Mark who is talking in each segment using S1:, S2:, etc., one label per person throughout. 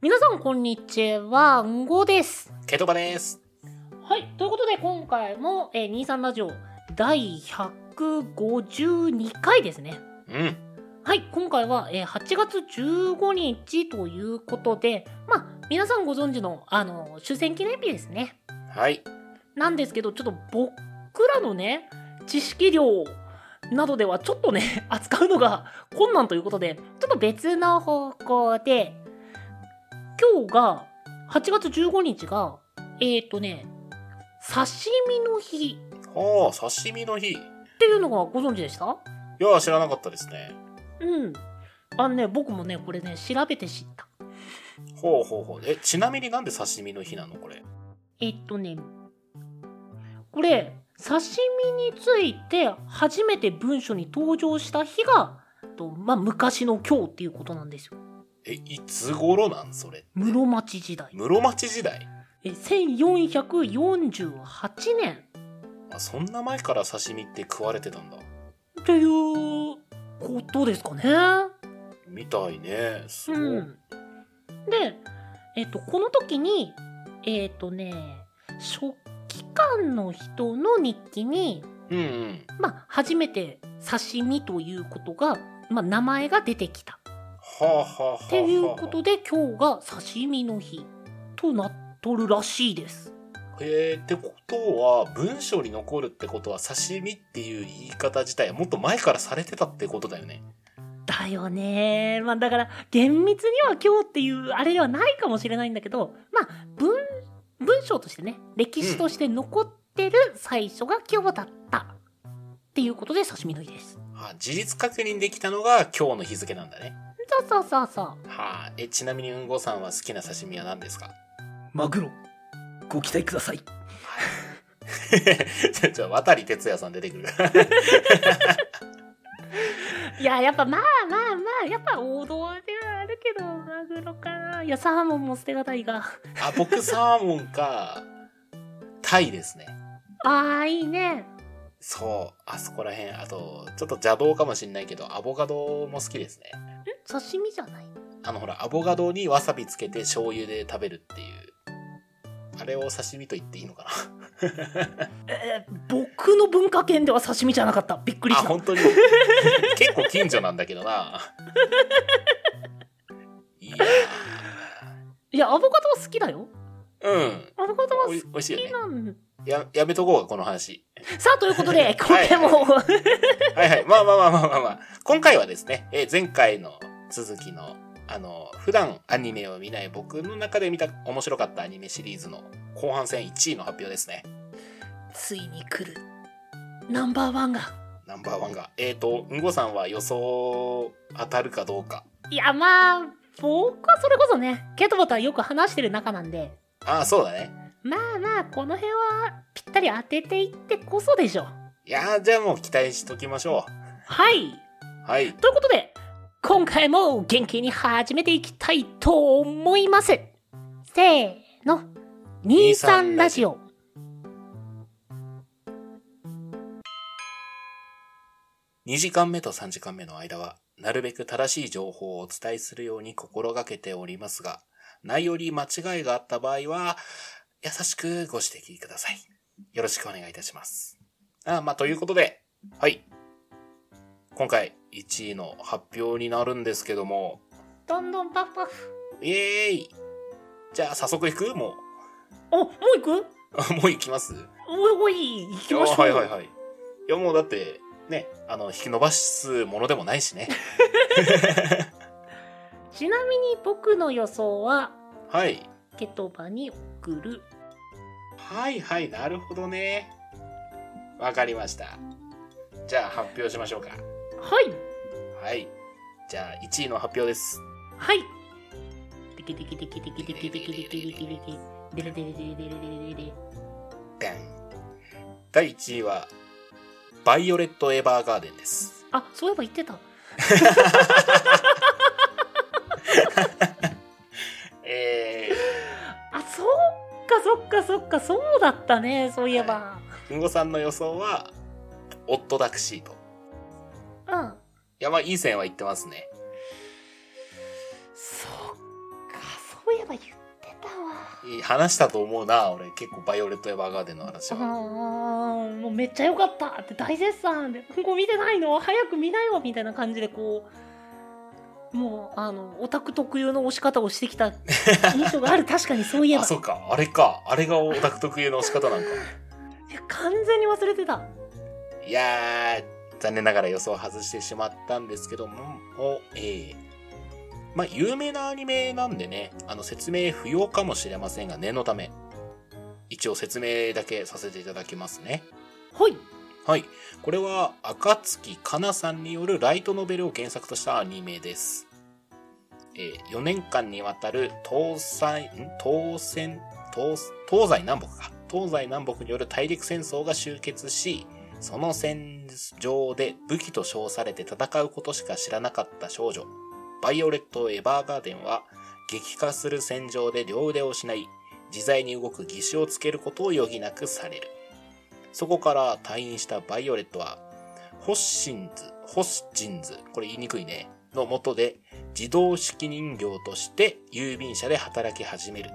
S1: 皆さんこんにちは、うんごです。
S2: ケトバです。
S1: はい、ということで今回も、えー、23ラジオ第152回ですね。
S2: うん。
S1: はい、今回は、えー8月15日ということで、まあ、皆さんご存知の、あの、終戦記念日ですね。
S2: はい。
S1: なんですけど、ちょっと僕らのね、知識量などではちょっとね、扱うのが困難ということで、ちょっと別の方向で、今日が、8月15日が、えっ、ー、とね、刺身の日
S2: はあ、刺身の日。い
S1: っていうのがご存知でした
S2: や、知らなかったですね。
S1: うん。あのね、僕もね、これね、調べて知った。
S2: ほうほうほう。え、ちなみになんで刺身の日なのこれ。
S1: えっとね、これ、刺身について初めて文書に登場した日が、とまあ、昔の今日っていうことなんですよ。
S2: え、いつ頃なんそれ。
S1: 室町時代。
S2: 室町時代。
S1: え1448年
S2: あ、そんな前から刺身って食われてたんだ。
S1: っていうことですかね。
S2: みたいね。すごい。
S1: うん。で、えっと、この時に、えっとね、書記官の人の日記に、
S2: うんうん。
S1: まあ、初めて刺身ということが、まあ、名前が出てきた
S2: はあはあはあ。
S1: っていうこと。で今日が刺身の日となっとるらしいです。
S2: えー、ってことは、文章に残るってことは、刺身っていう言い方自体はもっと前からされてたってことだよね。
S1: だよねまあだから厳密には今日っていうあれではないかもしれないんだけどまあ文文章としてね歴史として残ってる最初が今日だったっていうことで刺身の日です。
S2: あ、事実確認できたのが今日の日付なんだね。
S1: そうそうそうそう。
S2: はあ、え、ちなみにうんごさんは好きな刺身は何ですか
S3: マグロご期待ください
S2: じゃじゃ渡り哲也さん出てくる。
S1: いややっぱまあまあまあやっぱ王道ではあるけどマグロかないやサーモンも捨てがたいが。
S2: あ、僕サーモンか、タイですね。
S1: ああいいね
S2: そう、あそこら辺。あと、ちょっと邪道かもしんないけど、アボカドも好きですね。
S1: 刺身じゃない
S2: あの、ほら、アボカドにわさびつけて醤油で食べるっていう。あれを刺身と言っていいのか
S1: えー僕の文化圏では刺身じゃなかったびっくり
S2: な。
S1: し
S2: あ、
S1: た
S2: 本当に。 結構近所なんだけどな。いや
S1: いやアボカドは好きだよ
S2: ーうん。
S1: アボカドは好
S2: おい
S1: き
S2: 美味しいよね。
S1: なん
S2: や、やめとこうか、この話。
S1: さあということで今回も
S2: はいはい。まあまあまあまあまあまあ。今回はですね、えー前回の続きの、あの、普段アニメを見ない僕の中で見た面白かったアニメシリーズの後半戦1位の発表ですね。
S1: ついに来るナンバーワンが
S2: ナンバーワンが。えっ、ー、と、うんごさんは予想当たるかどうか。
S1: いやまあ僕はそれこそねケトボとはよく話してる仲なんで
S2: ああ、そうだね。
S1: まあまあこの辺はぴったり当てていってこそでしょ
S2: いやー、じゃあもう期待しときましょ。
S1: はいう
S2: はい。
S1: ということで今回も元気に始めていきたいと思いますせーの23ラジオ
S2: 2時間目と3時間目の間は、なるべく正しい情報をお伝えするように心がけておりますが、内容に間違いがあった場合は、優しくご指摘ください。よろしくお願いいたします。あまあ、ということで、はい。今回、1位の発表になるんですけども、
S1: どんどんパフパフ
S2: イエーイじゃあ、早速行くも
S1: あもう行く
S2: う、 あもう行きます
S1: おいおい行きましょう
S2: あはいはいはい。いや、もうだって、ね、あの、引き伸ばすものでもないしね。
S1: ちなみに僕の予想は
S2: はい。
S1: ケトバに送る
S2: はいはい、なるほどね。わかりました。じゃあ発表しましょうか。
S1: はい
S2: はい。じゃあ1位の発表です。
S1: はいテキテキテキテキテキテキテキテキテキデレデレデレデレデレデレ
S2: でん第1位は、バイオレット・エヴァーガーデンです。
S1: あそういえば言ってた
S2: え
S1: あそっかそっかそっかそうだったねそういえば、
S2: ー、うんごさんの予想は、オットダクシート。い
S1: うん
S2: や、まあいい線は言ってますね。
S1: そっかそういええば言ってたわ
S2: いい話したと思うな、俺。結構バイオレット・エヴァーガーデンの話
S1: あ
S2: は。
S1: ーもうめっちゃ良かったって大絶賛で「ここ見てないの早く見なよ」みたいな感じでこうもうあのオタク特有の押し方をしてきた印象が ある確かにそういえば
S2: あ、そうか。あれか。あれがオタク特有の仕方なんか。
S1: いや完全に忘れてた
S2: いやー、残念ながら予想を外してしまったんですけども、もうえーまあ、有名なアニメなんでね、あの、説明不要かもしれませんが、念のため、一応説明だけさせていただきますね。
S1: はい
S2: はい。これは、暁かなさんによるライトノベルを原作としたアニメです。え4年間にわたる東西、ん東戦、東、東西南北か。東西南北による大陸戦争が終結し、その戦場で武器と称されて戦うことしか知らなかった少女、バイオレット・エヴァーガーデンは、激化する戦場で両腕を失い、自在に動く義手をつけることを余儀なくされる。そこから退院したバイオレットは、ホッシンズ、ホッジンズ、これ言いにくいね、のもとで自動式人形として郵便車で働き始める。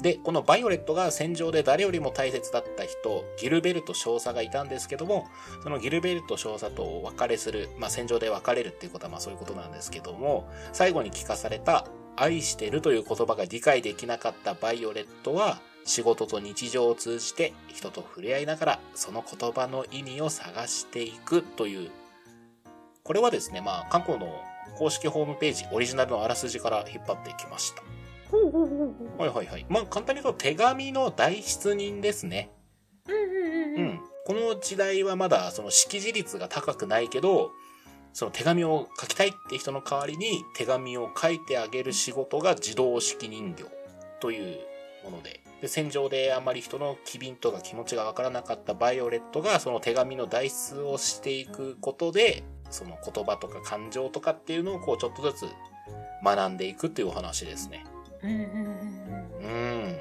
S2: で、このバイオレットが戦場で誰よりも大切だった人、ギルベルト少佐がいたんですけども、そのギルベルト少佐とお別れする、まあ、戦場で別れるっていうことはまあそういうことなんですけども、最後に聞かされた愛してるという言葉が理解できなかったバイオレットは、仕事と日常を通じて人と触れ合いながら、その言葉の意味を探していくという、これはですね、まあ、韓国の公式ホームページ、オリジナルのあらすじから引っ張ってきました。
S1: ほうほうほうほう
S2: はいはいはい。まあ、簡単に言うと手紙の代筆人ですね。
S1: うんうんうん
S2: う
S1: うん
S2: ん。この時代はまだその識字率が高くないけど、その手紙を書きたいって人の代わりに手紙を書いてあげる仕事が自動式人形というもので。で、戦場であまり人の機敏とか気持ちがわからなかったバイオレットがその手紙の代筆をしていくことで、その言葉とか感情とかっていうのをこうちょっとずつ学んでいくっていうお話ですね。
S1: うんうんうん
S2: うん。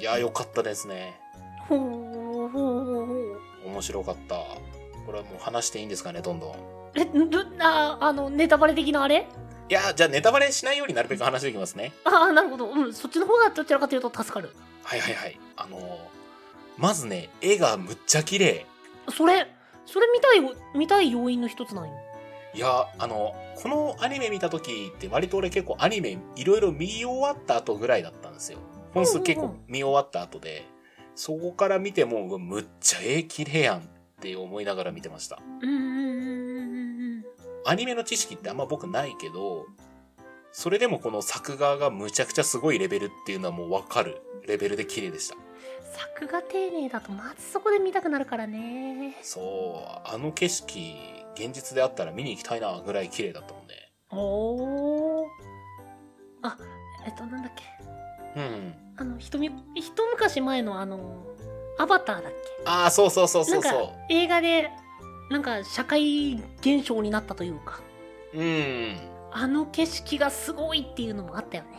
S2: いや、良かったですね。
S1: ほうほうほうほう
S2: 面白かった。これはもう話していいんですかね、どんどん。
S1: えどああのネタバレ的なあれ
S2: いや、じゃあネタバレしないようになるべく話していきますね。
S1: ああなるほどうんそっちの方がどちらかというと助かる
S2: はいはいはい。あのーまずね、絵がむっちゃ綺麗。
S1: それそれ見たい見たい要因の一つなんよ
S2: いや、あの、このアニメ見た時って割と俺結構アニメいろいろ見終わった後ぐらいだったんですよ。本数結
S1: うんう
S2: 構
S1: ん
S2: 見終わった後で、そこから見てもうわむっちゃ絵綺麗やんって思いながら見てました。
S1: うんうんうんうんうん
S2: アニメの知識ってあんま僕ないけど、それでもこの作画がむちゃくちゃすごいレベルっていうのはもうわかるレベルで綺麗でした。
S1: 作画丁寧だとまずそこで見たくなるからね
S2: そう、あの景色、現実であったら見に行きたいなぐらい綺麗だったもんね。
S1: おおあえっとなんだっけ
S2: うん。
S1: あの一み一昔前のあのアバターだっ
S2: ああ、そうそうそう
S1: け
S2: そう
S1: なんか
S2: そ
S1: 映画でなんか社会現象になったというか
S2: う。うん。
S1: あの景色がすごいっていうのもあったよね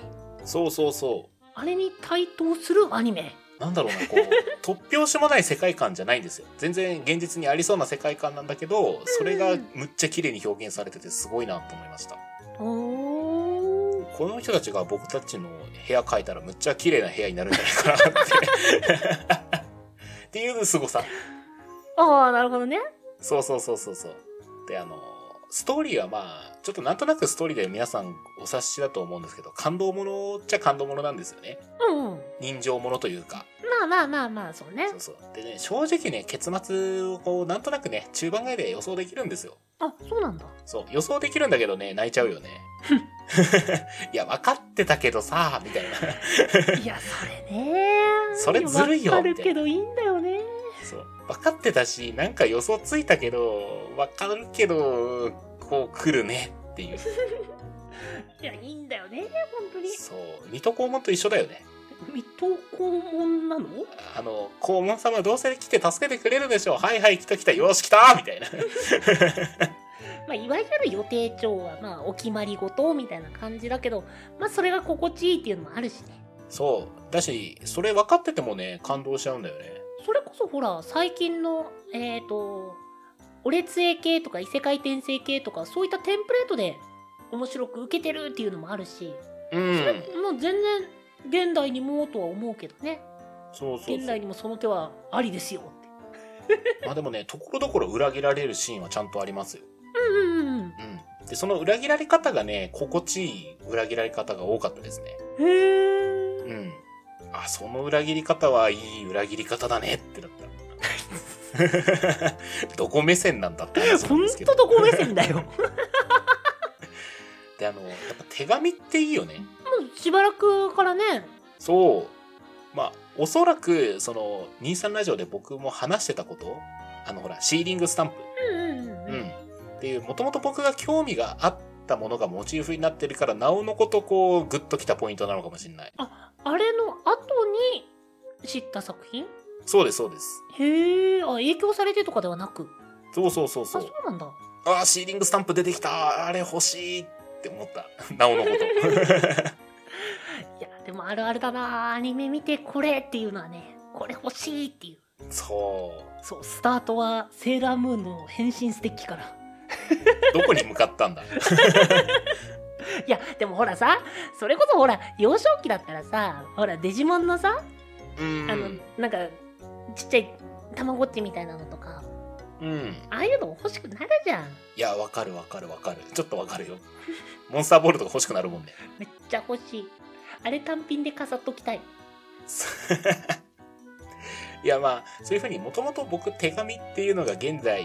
S2: そうそうそ
S1: あれに対等するアニメ
S2: う。なんだろうな、こう、 突拍子もない世界観じゃないんですよ。全然現実にありそうな世界観なんだけど、それがむっちゃ綺麗に表現されててすごいなと思いました。
S1: おー
S2: この人たちが僕たちの部屋変えたらむっちゃ綺麗な部屋になるんじゃないかなって。 っていう凄さ。
S1: ああなるほどね
S2: そうそうそうそうそう。で、あの、ストーリーはまあ、ちょっとなんとなくストーリーで皆さんお察しだと思うんですけど、感動ものっちゃ感動ものなんですよね。
S1: うんうん
S2: 人情ものというか。
S1: まあまあまあまあそうね
S2: そうそう。でね、正直ね、結末をこう、なんとなくね、中盤ぐらいで予想できるんですよ。
S1: あそうなんだ
S2: そう、予想できるんだけどね、泣いちゃうよね。いや、分かってたけどさ、みたいな。
S1: いやそれね
S2: それずるいよ
S1: わかるけどいいんだよね
S2: そう。分かってたし、なんか予想ついたけど、分かるけど、こう来るねっていう。
S1: いやいいんだよね本当に
S2: そう。水戸黄門と一緒だよね。
S1: 水戸黄門なの
S2: あの、黄門様どうせ来て助けてくれるでしょう。はいはい、来た来た、よし来たみたいな。
S1: まあいわゆる予定調はまあお決まりごとみたいな感じだけどまあそれが心地いいっていうのもあるしね
S2: そう。だし、それ分かっててもね、感動しちゃうんだよね。
S1: それこそほら最近のえっ、とオレツエ系とか異世界転生系とかそういったテンプレートで面白く受けてるっていうのもあるし
S2: うん。
S1: もう全然現代にもとは思うけどね
S2: そうそう
S1: 現
S2: そ
S1: 代
S2: う。
S1: にもその手はありですよって
S2: まあでもね、ところどころ裏切られるシーンはちゃんとありますよ。
S1: うんうんうん
S2: うん。で、その裏切られ方がね、心地いい裏切られ方が多かったですね。
S1: へえ
S2: うん。あ、その裏切り方はいい裏切り方だねって なった。どこ目線なんだって話な
S1: ほ
S2: ん
S1: ん
S2: ですけ
S1: と
S2: ど。
S1: どこ目線だよ も
S2: で、あの、やっぱ手紙っていいよね。
S1: うしばらくからね
S2: そう。まあ、おそらく、その、23ラジオで僕も話してたこと、あの、ほら、シーリングスタンプ。
S1: うんうんうん
S2: うん。っていう、もともと僕が興味があったものがモチーフになってるから、なおのことこう、グッときたポイントなのかもしれない。
S1: あれの後に知った作品
S2: そうです、そうです。
S1: へえあ影響されてとかではなく
S2: そうそうそう
S1: あ
S2: そ
S1: そうう。なんだ
S2: ああ、シーリングスタンプ出てきた。あれ欲しいって思った。 なおのこと。
S1: いやでもあるあるだなアニメ見てこれっていうのはねこれ欲しいっていう
S2: そ
S1: そうスタートはセーラームーンの変身ステッキから
S2: う。どこに向かったんだ。
S1: いやでもほらさそれこそほら幼少期だったらさほらデジモンのさ、
S2: うん。
S1: あのなんかちっちゃいたまごっちみたいなのとか
S2: うん。
S1: ああいうの欲しくなるじゃん
S2: いや、わかるわかるわかる。ちょっとわかるよ。モンスターボールとか欲しくなるもんね。
S1: めっちゃ欲しいあれ単品で飾っときたい
S2: いや、まあ、そういうふうにもともと僕手紙っていうのが現在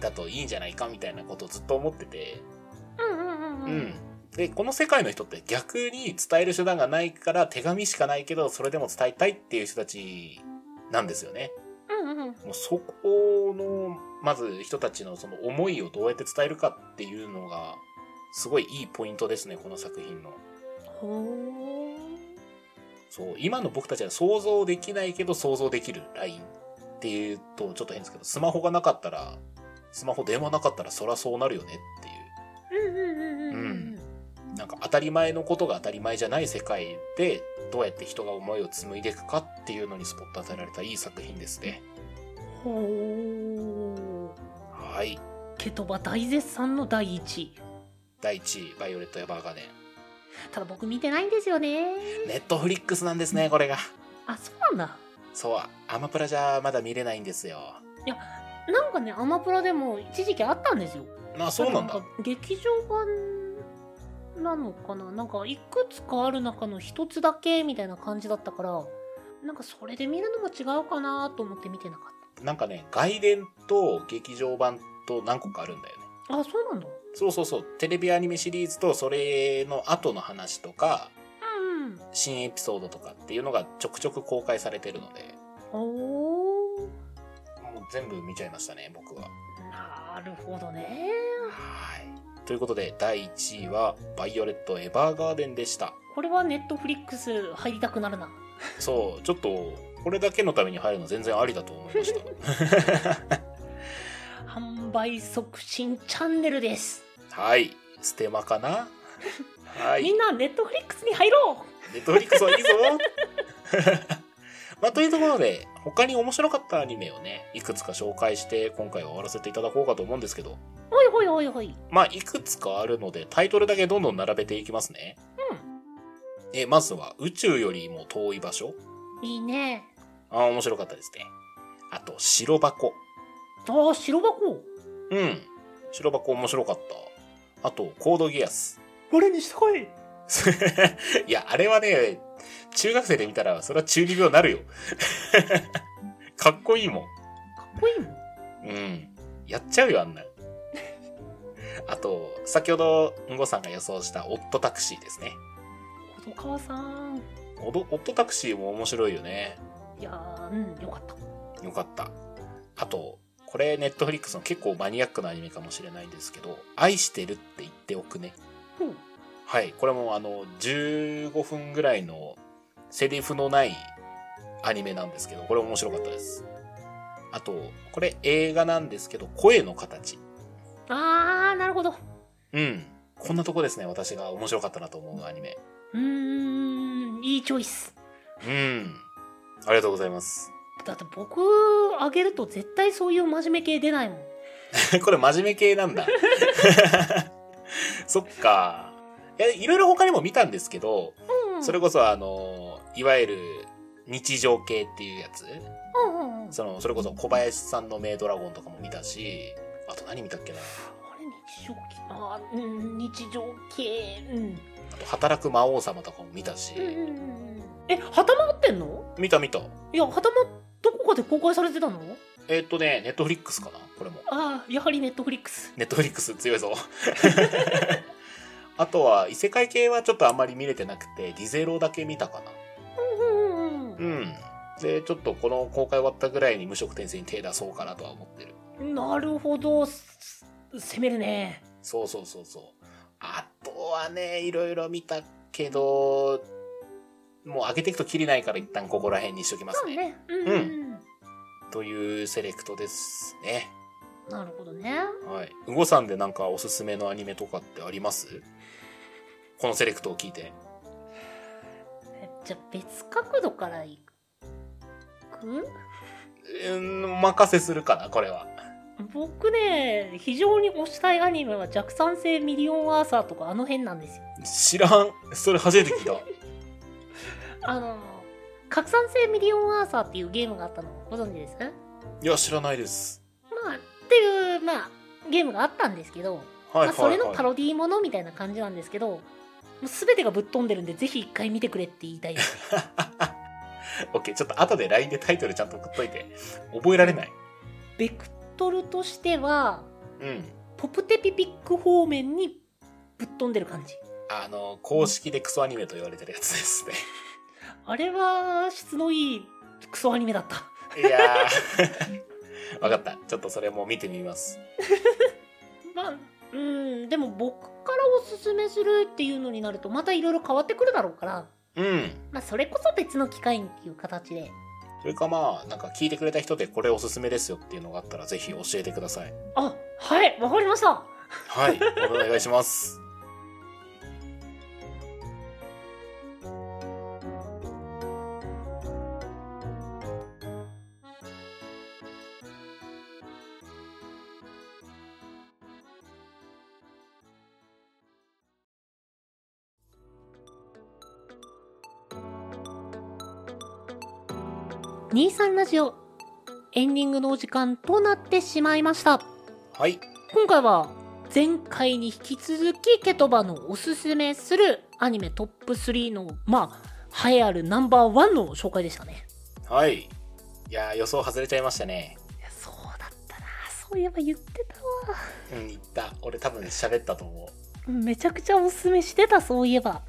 S2: だといいんじゃないかみたいなことをずっと思ってて。
S1: うんうんうんう
S2: う
S1: ん
S2: ん。で、この世界の人って逆に伝える手段がないから手紙しかないけど、それでも伝えたいっていう人たちなんですよね。
S1: うんうん
S2: もうそこの、まず人たちのその思いをどうやって伝えるかっていうのが、すごいいいポイントですね、この作品の。
S1: ほー
S2: そう、今の僕たちは想像できないけど想像できるラインっていうとちょっと変ですけど、スマホがなかったら、スマホ電話なかったらそらそうなるよねってい
S1: うんうんうんうんう
S2: うんう、なんか当たり前のことが当たり前じゃない世界で、どうやって人が思いを紡いでいくかっていうのにスポット当てられたいい作品ですね。
S1: ほー
S2: はい。
S1: ケトバ大絶賛の第一位
S2: 第1位、バイオレット・エヴァーガーデ
S1: ただ僕見てないんですよね
S2: ン。ネットフリックスなんですね、これが。
S1: あそうなんだ
S2: そう、アマプラじゃまだ見れないんですよ。
S1: なんかねアマプラでも一時期あったんですよ
S2: まあそうなんだ。
S1: か劇場版なのかななんかいくつかある中の一つだけみたいな感じだったからなんかそれで見るのも違うかなと思って見てなかっ
S2: なんかね、外伝と劇場版と何個かあるんだよね。
S1: たあそうなんだ
S2: そうそうそう。テレビアニメシリーズとそれの後の話とか、
S1: うんうん
S2: 新エピソードとかっていうのがちょくちょく公開されてるので、
S1: おー
S2: もう全部見ちゃいましたね、僕は。
S1: なるほどね
S2: はい。ということで、第1位は、バイオレット・エヴァーガーデンでした。
S1: これはネットフリックス入りたくなる な
S2: そう、ちょっと、これだけのために入るの全然ありだと思いました。
S1: 販売促進チャンネルです、
S2: はい。ステマかなはい。
S1: みんなネットフリックスに入ろう
S2: ネットフリックスはいいぞ まあ、というところで、他に面白かったアニメをね、いくつか紹介して、今回は終わらせていただこうかと思うんですけど、
S1: おいおいおいおい
S2: まあ、いくつかあるので、タイトルだけどんどん並べていきますね。え、まずは、宇宙よりも遠い場所。
S1: いいね
S2: ああ、面白かったですね。あと、白箱。
S1: あー白箱
S2: うん。白箱面白かった。あと、コードギアス。
S1: 俺にしたい
S2: いや、あれはね、中学生で見たら、それは中二病になるよ。 かっこいいもん。
S1: かっこいいもん
S2: うん。やっちゃうよ、あんなん。 あと、先ほど、んごさんが予想したオットタクシーですね。
S1: 細川さん
S2: オドオットタクシーも面白いよね。
S1: いやーうんよかった
S2: よかった。あと、これ、ネットフリックスの結構マニアックなアニメかもしれないんですけど、愛してるって言っておくね。
S1: うん
S2: はい。これも、あの、15分ぐらいのセリフのないアニメなんですけど、これ面白かったです。あと、これ映画なんですけど、声の形。
S1: あーなるほど
S2: うん。こんなとこですね、私が面白かったなと思うアニメ。
S1: うーんいいチョイス
S2: うん。ありがとうござい ます。
S1: だって僕あげると絶対そういう真面目系出ないもん
S2: これ真面目系なんだ。そっか。いやいろいろ他にも見たんですけど、
S1: うん
S2: それこそあの、いわゆる日常系っていうやつ。
S1: うんうんうんあ
S2: その、それこそ小林さんのメイドラゴンとかも見たし、あと何見たっけな。
S1: れ日常系あーうん日常系うん
S2: あと働く魔王様とかも見たし、
S1: うんうんうんうんえ旗回ってんの
S2: 見た見た。
S1: いや旗まどこかで公開されてたの
S2: えーっとね、ネットフリックスかなこれも。
S1: ああやはりネットフリックス
S2: ネットフリックス強いぞ。 あとは、異世界系はちょっとあんまり見れてなくて、リゼロだけ見たかな。
S1: うんうんうん
S2: うん。で、ちょっとこの公開終わったぐらいに無職転生に手出そうかなとは思ってる。
S1: うんなるほどす攻めるね
S2: そうそうそうそう。あとはね、いろいろ見たけど、もう上げていくとキリないから一旦ここら辺にしときますね。
S1: ねうんうんうん
S2: というセレクトですね。
S1: なるほどね
S2: はい。うごさんでなんかおすすめのアニメとかってありますこのセレクトを聞いて。
S1: えじゃあ別角度からいく
S2: うーん、お任せするかな、これは。
S1: 僕ね非常に推したいアニメは弱酸性ミリオンアーサーとかあの辺なんですよ
S2: 知らん。それ初めて 聞いた。
S1: あの拡散性ミリオンアーサーっていうゲームがあったのご存知ですま
S2: いや、知らないです。
S1: あっていうまあゲームがあったんですけど、
S2: はい、
S1: まあ、
S2: はい。
S1: それのパ
S2: ロ
S1: ロディーものみたいな感じなんですけど、もう全てがぶっ飛んでるんでぜひ一回見てくれって言いたいです
S2: オッケー、ちょっと後で LINE でタイトルちゃんと送っといて。覚えられない。
S1: ベクトルとしては
S2: うん。
S1: ポプテピピック方面にぶっ飛んでる感じ
S2: あの、公式でクソアニメと言われてるやつですね。
S1: あれは質のいいクソアニメだった
S2: いやー。 わかった。ちょっとそれも見てみます。
S1: まあうんでも僕からおすすめするっていうのになるとまたいろいろ変わってくるだろうから
S2: うん。
S1: まあそれこそ別の機会にっていう形で
S2: それかまあ、なんか聞いてくれた人でこれおすすめですよっていうのがあったらぜひ教えてください。
S1: あはいわかりました
S2: はい。お願いします。
S1: 23ラジオエンディングのお時間となってしまいました
S2: はい。
S1: 今回は前回に引き続きケトバのおすすめするアニメトップ3のまあ栄えあるナンバーワンの紹介でしたね
S2: はい。いやー、予想外れちゃいましたね。
S1: いやそうだったなそういえば言ってたわ
S2: うん、言った。俺多分喋ったと思う。
S1: めちゃくちゃおすすめしてたそういえば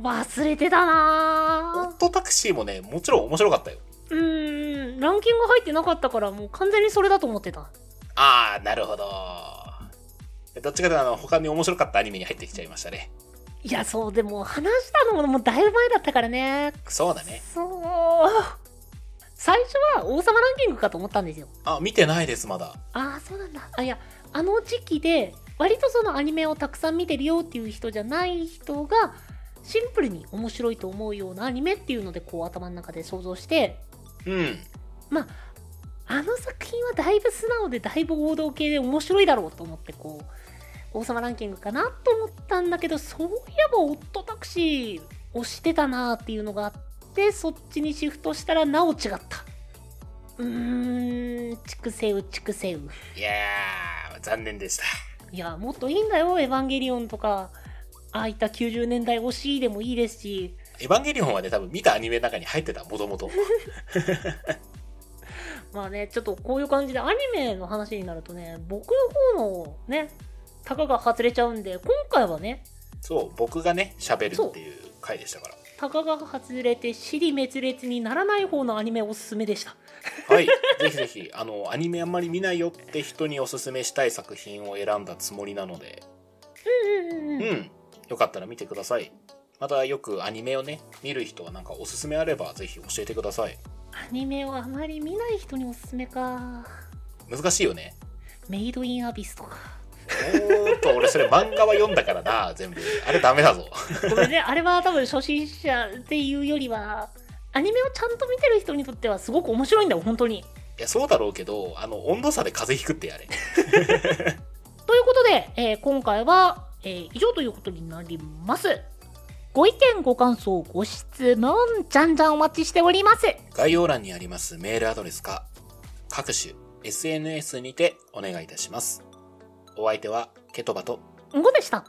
S1: 忘れてた
S2: オ
S1: な
S2: ットタクシーもね、もちろん面白かったよ。
S1: うーんランキング入ってなかったからもう完全にそれだと思ってた
S2: あー、なるほど。どっちかというとあの、他に面白かったアニメに入ってきちゃいましたね。
S1: いやそうでも話したのももうだいぶ前だったからね
S2: そうだね。
S1: そう最初は王様ランキングかと思ったんですよ
S2: あ、見てないです、まだ。
S1: ああそうなんだあいやあの時期で割とそのアニメをたくさん見てるよっていう人じゃない人がシンプルに面白いと思うようなアニメっていうのでこう頭の中で想像して
S2: うん。
S1: あの作品はだいぶ素直でだいぶ王道系で面白いだろうと思ってこう王様ランキングかなと思ったんだけどそういえばオットタクシーをしてたなっていうのがあってそっちにシフトしたらなお違ったうーん畜生う畜生う
S2: いやー、残念でした。
S1: いやもっといいんだよエヴァンゲリオンとかああいった90年代推しでもいいですし
S2: エヴァンゲリオンはね、多分見たアニメの中に入ってた、もともと。
S1: まあね、ちょっとこういう感じでアニメの話になるとね、僕の方のね、たかが外れちゃうんで、今回はね、
S2: そう、僕がね、喋るっていう回でしたから。
S1: たかが外れて、尻滅裂にならない方のアニメおすすめでした。
S2: はい。ぜひぜひ、あの、アニメあんまり見ないよって人におすすめしたい作品を選んだつもりなので、
S1: うんうんうん。
S2: うん。よかったら見てください。またよくアニメをね、見る人はなんかおすすめあればぜひ教えてください。
S1: アニメをあまり見ない人におすすめか。
S2: 難しいよね。
S1: メイドインアビスとか。
S2: おーっと、俺それ漫画は読んだからな、全部。あれダメだぞ。
S1: ごめんね、あれは多分初心者っていうよりは、アニメをちゃんと見てる人にとってはすごく面白いんだよ、本当に。
S2: いや、そうだろうけど、あの、温度差で風邪ひくってやれ。
S1: ということで、えー今回はえー以上ということになります。ご意見、ご感想、ご質問、じゃんじゃんお待ちしております。
S2: 概要欄にありますメールアドレスか、各種 SNS にてお願いいたします。お相手はケトバと
S1: んごでした。